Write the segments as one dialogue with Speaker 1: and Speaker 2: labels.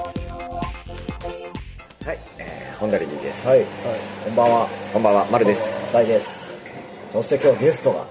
Speaker 1: はい、えー、本田レディです。
Speaker 2: はい、はい、こんばんは。
Speaker 1: こんばんは、まるです。
Speaker 2: 大です。そして今日ゲストが、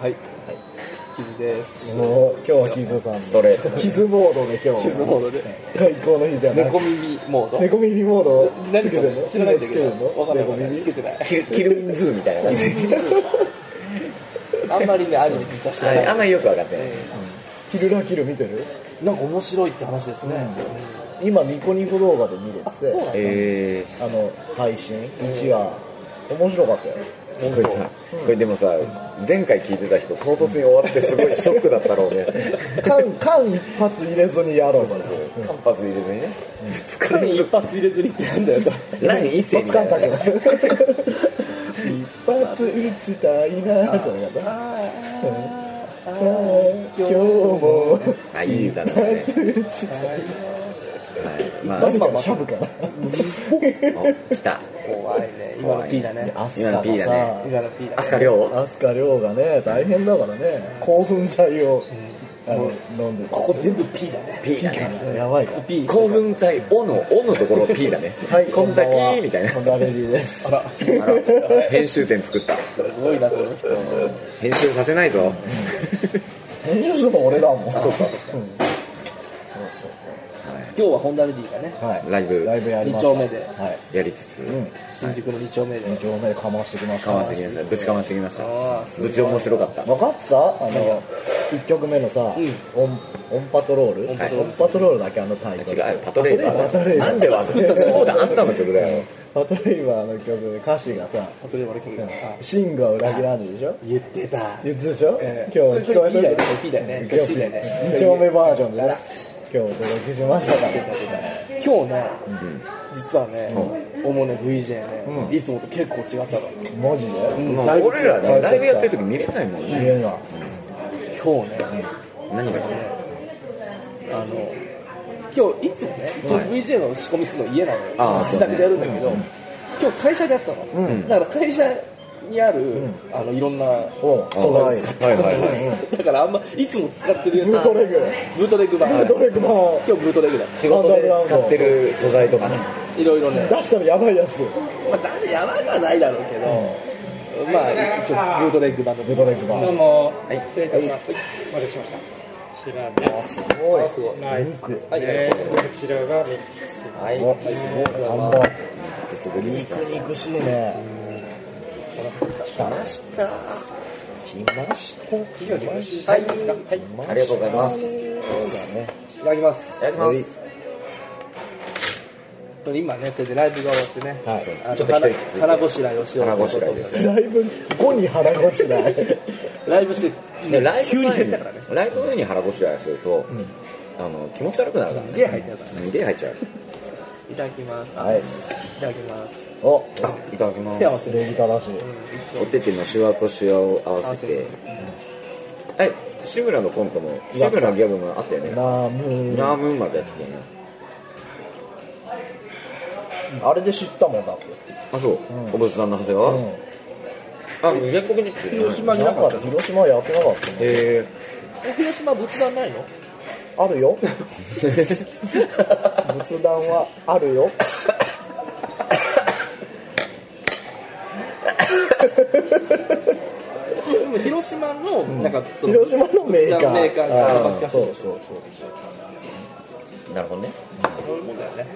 Speaker 3: はい。キズです。
Speaker 2: もう今日はキズさん。
Speaker 1: ストレート
Speaker 2: キズモードで今日。
Speaker 3: キ ズモードで。
Speaker 2: 最高の日だよね。
Speaker 3: 猫耳モード。
Speaker 2: 猫耳モード
Speaker 3: 何そ
Speaker 2: てる
Speaker 3: れ
Speaker 2: の
Speaker 3: 知らないんだけ
Speaker 2: つ
Speaker 3: ど
Speaker 2: てる。の
Speaker 3: わかんない
Speaker 2: 猫
Speaker 3: わかんない。つ
Speaker 2: 耳
Speaker 3: けてない。
Speaker 1: キルキルミンズーみたいな感じ。
Speaker 3: あんまりね、アニメ実は知ら
Speaker 1: はいあん
Speaker 3: ない。
Speaker 1: まりよくわかってない。
Speaker 3: え
Speaker 2: キルラキル見てる
Speaker 3: えなんか面白いって話ですね。
Speaker 2: 今ニコニコ動画で見れて
Speaker 3: あ、そうなんだ。
Speaker 1: え
Speaker 2: あの、配信、1話。面白かったよ。
Speaker 1: ー、これさ、これでもさ、前回聞いてた人、唐突に終わってすご いショックだったろうね。
Speaker 2: 間、間一発入れずにやろうかな。
Speaker 1: 間髪入れずにね。二日
Speaker 3: 間
Speaker 1: 連
Speaker 3: 一
Speaker 1: 続。
Speaker 3: 発入れずにってなんだよ、それ
Speaker 1: 乱一世
Speaker 2: 一
Speaker 1: み
Speaker 2: 発か
Speaker 1: た
Speaker 2: んだ
Speaker 1: い
Speaker 2: け
Speaker 1: な。。
Speaker 2: ど一発打ちたいなじゃなかった。
Speaker 3: あー
Speaker 2: 今日も
Speaker 1: あ、いい歌だね。はい、まあ、
Speaker 2: まずはシャブ かな
Speaker 1: お、来た。
Speaker 3: 怖いね。今の P だね。
Speaker 2: ア
Speaker 1: 今の P だね
Speaker 3: 今の P だ
Speaker 1: ア
Speaker 3: ね
Speaker 1: ス。カリョウ
Speaker 2: アスカ亮がね大変だからね興奮剤をあの飲んでた
Speaker 3: ここ全部 P だね。
Speaker 1: P だね。
Speaker 2: やばいから
Speaker 3: P。
Speaker 1: 興奮剤、おの、おのところ P だね。
Speaker 2: はい
Speaker 1: 興奮剤 P みたいな
Speaker 2: こ。んばんはレディーです
Speaker 3: あら、
Speaker 1: あら編集点作った。
Speaker 3: すごいな、この人。
Speaker 1: 編集させないぞ。
Speaker 2: 編集するの俺だもんそうそう
Speaker 3: 今日はホンダレディがね、
Speaker 2: そうはい
Speaker 1: ライブ
Speaker 2: ライブやりました
Speaker 3: 二丁目で
Speaker 2: はい
Speaker 1: やりつつ。
Speaker 2: うん
Speaker 3: 新宿の2丁目で
Speaker 2: 二。丁目でかましてきました
Speaker 1: かましてきましたぶちかましてきました
Speaker 3: あーすご
Speaker 1: ぶ
Speaker 3: い
Speaker 1: ち面白かった
Speaker 2: 分かってたあの一曲目のさオンオンパトロールオン
Speaker 1: パトロール
Speaker 2: パトロールだけあのタイトル
Speaker 1: 違うパトレイバー
Speaker 2: パトレイバー
Speaker 1: なんでわ ざそうだあんたの曲だよ
Speaker 2: パトレイバーの曲で歌詞がさ
Speaker 3: あとで俺君が。あ
Speaker 2: 「シングは裏切らない」でしょ
Speaker 3: 言ってた。
Speaker 2: 言ってたでしょ、
Speaker 3: ええ
Speaker 2: 今日聞こえた
Speaker 3: これ P だよねこれ P だよね
Speaker 2: 2丁目バージョンでね今日お届けしましたから
Speaker 3: 今日ね、実はね、主ね VJ ね、いつもと結構違ったの、
Speaker 2: マジで、
Speaker 1: まあ
Speaker 3: だいぶ
Speaker 1: 俺ら
Speaker 2: だい
Speaker 1: ね
Speaker 2: ぶ
Speaker 1: ライブやってる時見れないもん
Speaker 2: 見
Speaker 1: ね
Speaker 2: れない
Speaker 3: 今日ね、
Speaker 1: 何が違う
Speaker 3: あの今日いつもね一応
Speaker 1: はい
Speaker 3: VJ の仕込みするの家なのよ、
Speaker 1: ああ
Speaker 3: 自宅でやるんだけど、今日会社でやったの、
Speaker 2: ん
Speaker 3: だから会社にある、あのいろんな
Speaker 2: お素
Speaker 1: は
Speaker 2: 材
Speaker 1: いはいはい
Speaker 3: だからあんまいつも使ってるやつ
Speaker 2: ブートレグ
Speaker 3: ブートレグ版
Speaker 2: ブートレグ版
Speaker 3: 今日ブートレグだ
Speaker 1: 仕事で使ってる素材とかね
Speaker 3: いろいろね
Speaker 2: 出したらやばいやつ
Speaker 3: まあだってやばくはないだろうけど、まあ一応ブートレグ版の
Speaker 2: ブートレグ版
Speaker 4: どうも、
Speaker 1: い
Speaker 4: 失礼いたします。お待たせしました。こちらです。
Speaker 3: あすごい
Speaker 4: ナイスですね。こちらがミックス。
Speaker 1: はい
Speaker 2: おすごいハンバーグ
Speaker 1: くすぐり
Speaker 2: 肉肉しいね来たました来ました来まし
Speaker 3: はいい
Speaker 2: た
Speaker 1: ありがとうございます
Speaker 2: そうだね
Speaker 3: ただきます
Speaker 1: やります
Speaker 3: 今ねそれでライブが終わってね、
Speaker 2: はい
Speaker 3: あの
Speaker 1: ちょっと一息ついて
Speaker 3: 腹ごしらえをしようという
Speaker 1: 腹
Speaker 3: こと
Speaker 1: ごしらえですね
Speaker 2: だいぶ後に腹ごしらえ
Speaker 3: ライブして
Speaker 1: でライブ
Speaker 3: 急に
Speaker 1: 前
Speaker 3: 減っ
Speaker 1: に
Speaker 3: たからね
Speaker 1: ライブ前に腹ごしらえするとあの気持ち悪くなるから
Speaker 3: ゲ
Speaker 1: ね
Speaker 3: ー入っちゃうからね
Speaker 1: 手入っちゃう
Speaker 3: いただきますあ
Speaker 2: はい
Speaker 3: いただきます
Speaker 2: お
Speaker 1: いただきま
Speaker 3: 手合わ
Speaker 1: す
Speaker 3: せる
Speaker 2: 礼儀正しい
Speaker 1: お手手のシワとシワを合わせてはい志村のコントも志村のギャグもあったよね
Speaker 2: ナーム
Speaker 1: ラームーンまでやってたよね
Speaker 2: あれで知ったもんだって
Speaker 1: あそう、お坊さんの長谷川、あ全国に来て
Speaker 3: 広島にな
Speaker 2: だ
Speaker 3: か
Speaker 2: か
Speaker 3: っ
Speaker 2: ら広島やってなかったね
Speaker 1: え
Speaker 3: た広島仏壇ないの
Speaker 2: あるよ仏壇はあるよ
Speaker 3: でも広島のなんかその
Speaker 2: 広島のメーカ
Speaker 3: 仏壇
Speaker 2: ー
Speaker 3: メーカーが
Speaker 2: あ
Speaker 3: 爆
Speaker 2: ー
Speaker 3: 発し
Speaker 2: そ
Speaker 3: て
Speaker 2: う
Speaker 3: る
Speaker 2: そうそう
Speaker 1: ー、なるほどね
Speaker 3: そういうもんだよね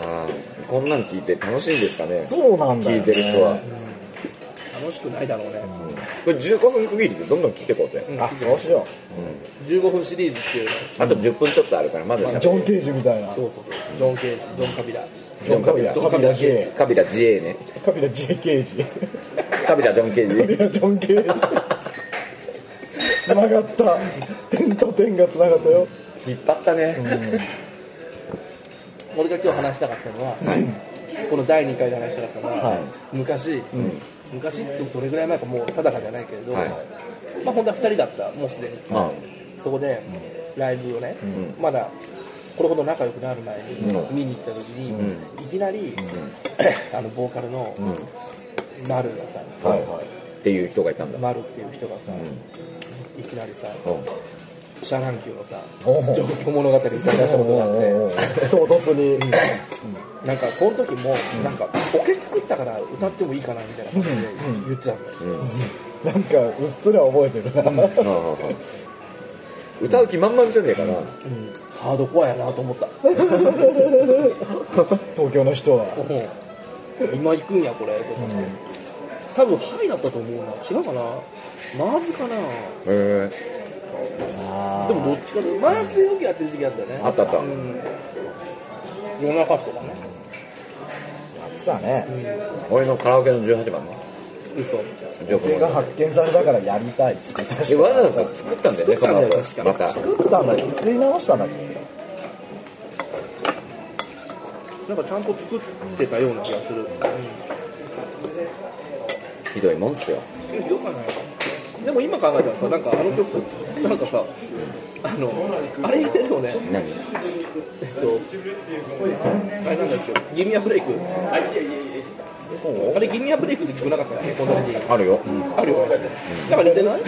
Speaker 1: あーこんなん聞いて楽しいんですかね
Speaker 2: そうなんだ
Speaker 1: 聞
Speaker 2: よ、
Speaker 1: いてる人は
Speaker 3: 楽しくないだろうね
Speaker 1: これ15分区切りでどんどん聞いてこうぜ、
Speaker 2: あそうしよ
Speaker 3: 15分シリーズっていうの
Speaker 1: あと10分ちょっとあるからまだ
Speaker 2: う
Speaker 1: し
Speaker 2: ジ
Speaker 1: ゃ
Speaker 2: ョン・ケージみたいな
Speaker 3: そうそうそうジョン・ケージジョン・カビラ
Speaker 2: ジョン・カビラ
Speaker 1: ジ
Speaker 2: ジ
Speaker 1: ョ
Speaker 2: ョ
Speaker 1: ンカ
Speaker 2: ン・カ
Speaker 1: ビ
Speaker 2: ビ
Speaker 1: ラ
Speaker 2: ラ J
Speaker 1: カビラ自衛ね
Speaker 2: カビラ J ケージ
Speaker 1: カビラジョン・ケー
Speaker 2: カビラジョン・ケージつながった点と点がつながったよ
Speaker 1: ジ引っ張ったね、
Speaker 3: 俺が今日話したかったのは、この第2回で話したかったのは、
Speaker 2: はい
Speaker 3: 昔、昔ってどれぐらい前かもう定かじゃないけれど、
Speaker 1: はい
Speaker 3: まあ本当は2人だったもうすでに、
Speaker 1: まあ
Speaker 3: そこで、ライブをね、まだこれほど仲良くなる前に
Speaker 1: うん
Speaker 3: 見に行った時に、いきなり、 あのボーカルの丸がさ、
Speaker 1: はいはいっていう人がいたんだ、
Speaker 3: 丸っていう人がさ、いきなりさ
Speaker 1: うん
Speaker 3: シャランキューのさ
Speaker 2: おう
Speaker 3: 状況物語歌い出したことがあって
Speaker 2: 唐突に
Speaker 3: なんかその時もなんかボケ作ったから歌ってもいいかなみたいな感じで言ってたんだよ、
Speaker 2: なんかうっすら覚えてるな
Speaker 1: はいはいはい歌う気満々じゃねえかな、
Speaker 3: うんハードコアやなと思った
Speaker 2: 東京の人は
Speaker 3: 今行くんやこれと思って、多分ハイだったと思うな違うかなマーズかな
Speaker 1: へ
Speaker 2: あ
Speaker 3: でもどっちかでマーズよくやってる時期あったよね
Speaker 1: あったあった
Speaker 3: うん夜中とかね
Speaker 2: さあね
Speaker 1: え俺のカラオケの18番な
Speaker 3: 嘘
Speaker 1: ジョ
Speaker 2: 俺
Speaker 1: ー
Speaker 2: が
Speaker 1: ク
Speaker 2: 発見されたからやりたいっつって
Speaker 1: え
Speaker 2: 確
Speaker 1: わざ
Speaker 2: か
Speaker 1: わざ作ったんだよねその後また
Speaker 2: 作ったんだけど作り直したんだけど
Speaker 3: なんかちゃんと作ってたような気がする、
Speaker 1: ひどいもんっすよ
Speaker 3: えひどくはないでも今考えたらさなんかあの曲なんかさあのあれ似てるよね
Speaker 1: 何
Speaker 3: えっとあれなんだっけギミアブレイクあ
Speaker 2: そう
Speaker 3: あれギミアブレイクって聞こえなかったっけこんな時
Speaker 1: あるよ、
Speaker 3: あるよねなんか似てない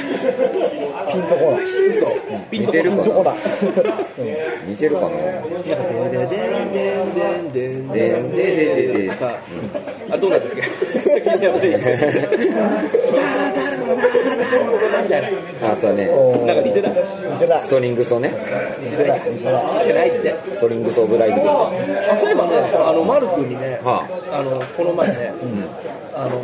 Speaker 2: ピンとこない
Speaker 3: 嘘ピン
Speaker 1: 似
Speaker 3: とこ
Speaker 1: てるか
Speaker 2: どこだ
Speaker 1: 似てるかな
Speaker 3: でんでんでんでんでんでんでんでんでんさあれどうなったっけみたい
Speaker 1: あそうね
Speaker 3: ななんか似てない
Speaker 2: 似てない
Speaker 1: ストリングスをね
Speaker 2: 似てない似てない
Speaker 3: 似てないって
Speaker 1: ストリングスオブライブですよ
Speaker 3: あそういえばねあのマル君にね
Speaker 1: は
Speaker 3: あのこの前ねあの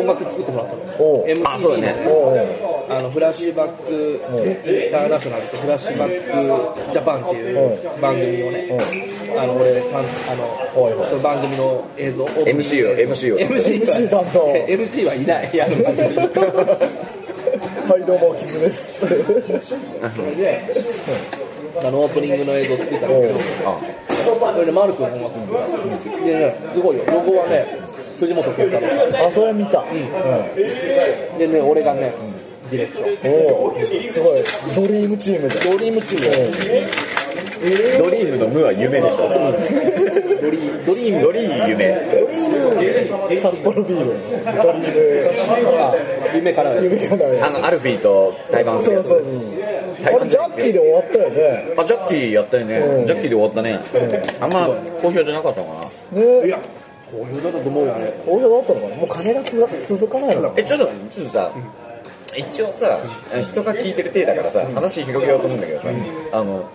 Speaker 3: 音楽作ってもらった
Speaker 2: お
Speaker 3: の
Speaker 2: う
Speaker 3: m
Speaker 1: あそうだね
Speaker 2: おうおう
Speaker 3: あのフラッシュバックインターナショナルとフラッシュバックジャパンっていう番組をね、あの俺担あの、
Speaker 2: はいはい
Speaker 3: その番組の映像
Speaker 1: MC よ MC よ
Speaker 3: MC,
Speaker 2: MC 担 当
Speaker 3: MC はいないやる番 組
Speaker 2: はいどうもキズです
Speaker 3: であのオープニングの映像作ったんだけど
Speaker 1: あ
Speaker 3: これでマル君の音楽作ったでねすごいよロゴはね藤本健太郎さ
Speaker 2: あそれ見た、
Speaker 3: んでね俺がね、ディレクション
Speaker 2: おおすごいドリームチームで
Speaker 3: ドリームチーム
Speaker 1: ドリームの無は夢でしょ
Speaker 3: ドリードリーム
Speaker 1: ドリーム夢
Speaker 2: 札幌ビールのドリーム
Speaker 3: あ夢から
Speaker 2: 夢かな
Speaker 1: あ
Speaker 2: い
Speaker 1: のアルフィーと対バンす
Speaker 2: そ
Speaker 1: るや
Speaker 2: う
Speaker 1: つ
Speaker 2: そうそうあれジャッキーで終わったよね
Speaker 1: あジャッキーやったよね、
Speaker 2: うん
Speaker 1: ジャッキーで終わったね、あんま好評じゃなかったのかな
Speaker 2: ね
Speaker 3: いや好評だったと思うよあれ
Speaker 2: 好評だったのかなもう金がつ続かないのか
Speaker 1: えちょっとちょっとさ、一応さ人が聞いてる体だからさ話広げようと思うんだけどさ、あの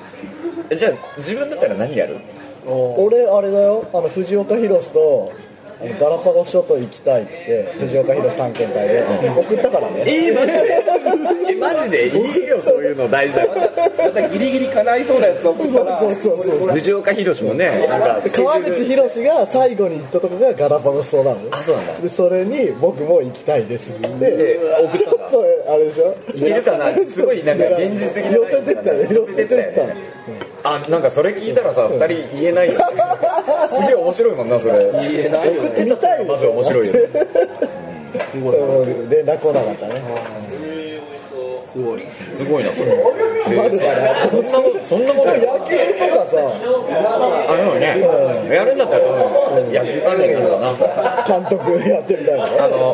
Speaker 1: えじゃあ自分だったら何やる
Speaker 3: おー
Speaker 2: 俺あれだよあの藤岡弘とあのガラパゴ諸島行きたいっつって藤岡弘探検隊で送ったからね
Speaker 1: えー、マジでえマジでいいよそういうの大事だから
Speaker 3: またギリギリ叶いそうなやつを送
Speaker 2: そうそ
Speaker 3: ったら
Speaker 2: うそうそう
Speaker 1: 藤岡弘もねなんか
Speaker 2: 川口博が最後に行ったとこがガラパゴストラム
Speaker 1: あそうなんだ
Speaker 2: でそれに僕も行きたいですっつって
Speaker 1: で送っ
Speaker 2: ちょ
Speaker 1: た
Speaker 2: っ
Speaker 1: んだ
Speaker 2: とあれでしょ
Speaker 1: いけるかなすごいなんか現実的じゃ
Speaker 2: 寄
Speaker 1: ない
Speaker 2: せてったね寄せてったね
Speaker 1: あなんかそれ聞いたらさ二人言えないよ ねすげえ面白いもんなそれ
Speaker 3: 言えないよね
Speaker 2: 見たい
Speaker 1: マジ面白いよね
Speaker 3: す
Speaker 2: で
Speaker 3: ごい
Speaker 2: も連絡来なかったね
Speaker 3: すごい
Speaker 1: すごいなそれえーそんなことそんなことやる
Speaker 2: 野球とか
Speaker 1: あのねやるんだったら多分野球関連なのかな
Speaker 2: さ監督やってみたいな
Speaker 1: あの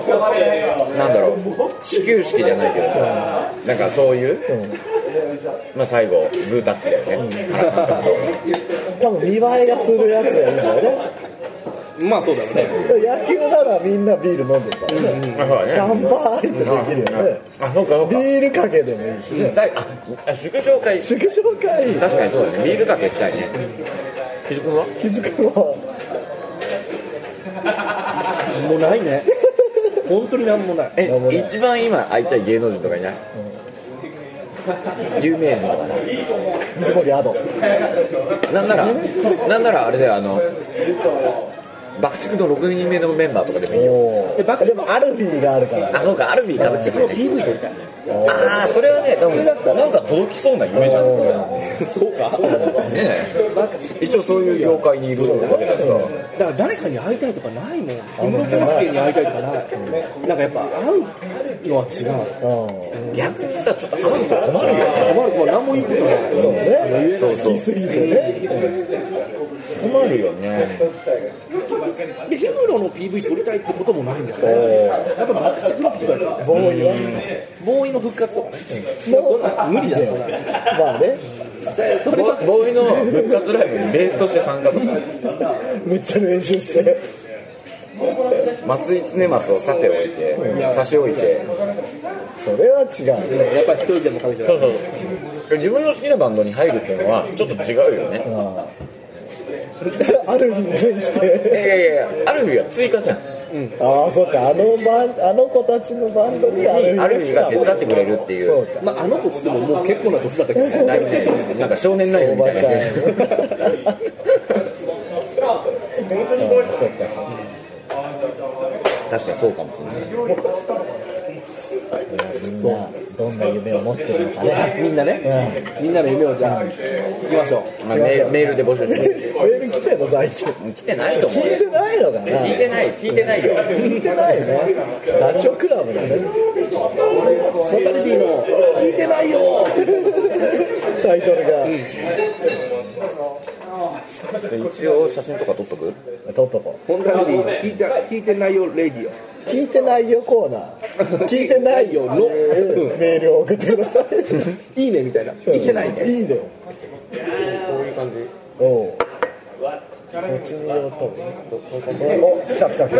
Speaker 1: なんだろう始球式じゃないけどさなんかそういうまあ最後グータッチだよね原監督と
Speaker 2: 多分見栄えがするやつやるんだよね
Speaker 3: まあそうだよね
Speaker 2: 野球ならみんなビール飲んでるからね
Speaker 1: まあそうだね
Speaker 2: 乾杯ってできるよね
Speaker 1: あそうかそう
Speaker 2: ビ
Speaker 1: か
Speaker 2: ールかけでもいいしね
Speaker 1: だいああ祝勝会
Speaker 2: 祝勝会
Speaker 1: 確かにそうだねビールかけしたいね木津君は
Speaker 2: 気づくも
Speaker 3: もうないね本当になんもない
Speaker 1: え
Speaker 2: なんもない
Speaker 1: 一番今会いたい芸能人とかいない、有名人とかな
Speaker 2: 水森アド
Speaker 1: なんならなんならあれだよあの爆竹の6人目のメンバーとかでもいいよ
Speaker 2: お
Speaker 3: えバ
Speaker 2: ー
Speaker 3: カ
Speaker 2: でもアルフィーがあるから
Speaker 1: あそうかアルミーかぶっちゃ
Speaker 3: の PV 撮りたい
Speaker 1: ああそれはねでもなんか届きそうな夢じゃんね
Speaker 3: そうか
Speaker 1: え一応そういう業界にいるわけだからさ
Speaker 3: だから誰かに会いたいとかないもん小室康介に会いたいとかないなんかやっぱ会うのは違う
Speaker 2: うん
Speaker 1: 逆にさちょっと会うと困るよね
Speaker 3: 困る子は何も言うことない
Speaker 2: そうね
Speaker 1: そうそう
Speaker 2: 好きすぎてね
Speaker 1: 困るよね
Speaker 3: で氷室の PV 撮りたいってこともないんだよ
Speaker 2: お
Speaker 3: ね
Speaker 2: ー
Speaker 3: やっぱ爆竹の PV は撮りたい
Speaker 2: ボーイは
Speaker 3: ボーイの復活とかね
Speaker 2: もう
Speaker 3: 無理だよそんな
Speaker 2: まあね
Speaker 3: そそれ
Speaker 1: ボ
Speaker 3: は
Speaker 1: ボーイの復活ライブに例として参加とか
Speaker 2: めっちゃ練習して
Speaker 1: 松井常松をさておいて差し置いて
Speaker 2: それは違う
Speaker 3: やっぱり一人でもかけて
Speaker 1: そ
Speaker 3: る
Speaker 1: うそう自分の好きなバンドに入るっていうのはちょっと違うよね
Speaker 2: うんアルフィー全
Speaker 1: い
Speaker 2: 否定
Speaker 1: やいやいやある日は追加じゃん
Speaker 2: ああそっかあのバンあの子たちのバンドにアルフィー
Speaker 1: ある日が手伝ってくれるってい
Speaker 2: そう
Speaker 1: う
Speaker 2: か
Speaker 3: まああの子っつってももう結構な年だったけどね
Speaker 1: なんかねなんか少年ナイフ
Speaker 2: お
Speaker 1: み
Speaker 2: ば
Speaker 1: た
Speaker 2: ち
Speaker 1: い
Speaker 2: ゃん
Speaker 1: なね
Speaker 2: うんそっかそっか
Speaker 1: 確かにそうかもしれない
Speaker 2: みんなどんな夢を持ってるのかね
Speaker 3: みんなね
Speaker 2: うん
Speaker 3: みんなの夢をじゃあ聞きましょう
Speaker 1: まあメーメールで募集し
Speaker 2: メ
Speaker 1: て
Speaker 2: ール来てんの最近
Speaker 1: 来てないと思う
Speaker 2: 聞いてないのかな
Speaker 1: 聞いてない聞いてないよ
Speaker 2: 聞いてないねラジオクラブだね
Speaker 3: モタリティの「聞いてないよ!」
Speaker 2: タイトルが、
Speaker 1: 一応写真とか撮っとく
Speaker 2: とっとこ
Speaker 3: モタリティの聞いて聞いてないよレディ
Speaker 2: う聞いてないよコーナー聞いてないよのメールを送ってください
Speaker 3: オいいねみたいな聞いてないね
Speaker 2: いいねこういう感じおうこっちに寄ったもんねお来た来た来た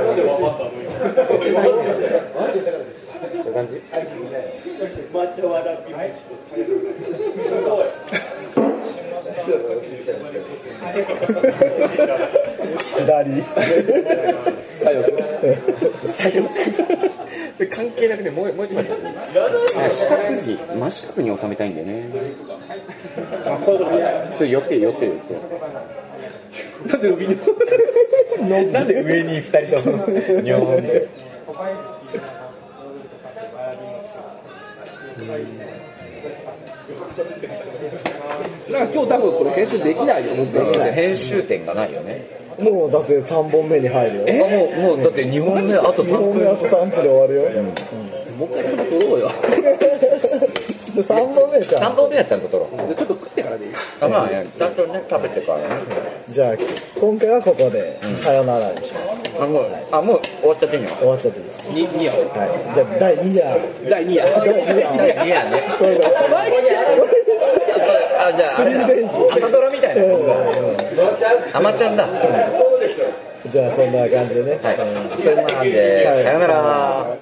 Speaker 2: 左
Speaker 3: 左翼左翼それ関係なくてもうもう一枚
Speaker 5: 四角に真四角に収めたいんだよね
Speaker 3: あこういうことね
Speaker 5: ちょっと寄って寄って寄って
Speaker 3: なんで海に
Speaker 1: なんで上に2人とも日本で
Speaker 3: なんか今日多分これ編集できないよ難しくて
Speaker 1: 編集点がないよね
Speaker 2: もうだって3本目に入るよ
Speaker 1: あもうもうだって2本目あと
Speaker 2: 2
Speaker 1: 3
Speaker 2: 本目
Speaker 1: 分
Speaker 2: あと3分で終わるよ
Speaker 3: もう一回ちゃんと撮ろうよ
Speaker 2: で3本目じゃ
Speaker 1: 3
Speaker 2: ん
Speaker 1: 本目はちゃんと撮ろ
Speaker 3: じゃあちょっと食ってからでいいう
Speaker 1: まあちゃんとね食べてからね
Speaker 2: じゃあ今回はここでさよならにします
Speaker 1: あもうあもう終わっちゃってんよ
Speaker 2: 終わっちゃっていい
Speaker 3: に2夜
Speaker 2: はいじゃあ第2夜
Speaker 3: 第2夜
Speaker 2: 第2夜
Speaker 1: いやね
Speaker 2: これだ
Speaker 1: あじゃああれだ
Speaker 2: 3days
Speaker 1: 朝ドラみたいなあまちゃんだは
Speaker 2: じゃあそんな感じでね、
Speaker 1: いそういう感じでさよなら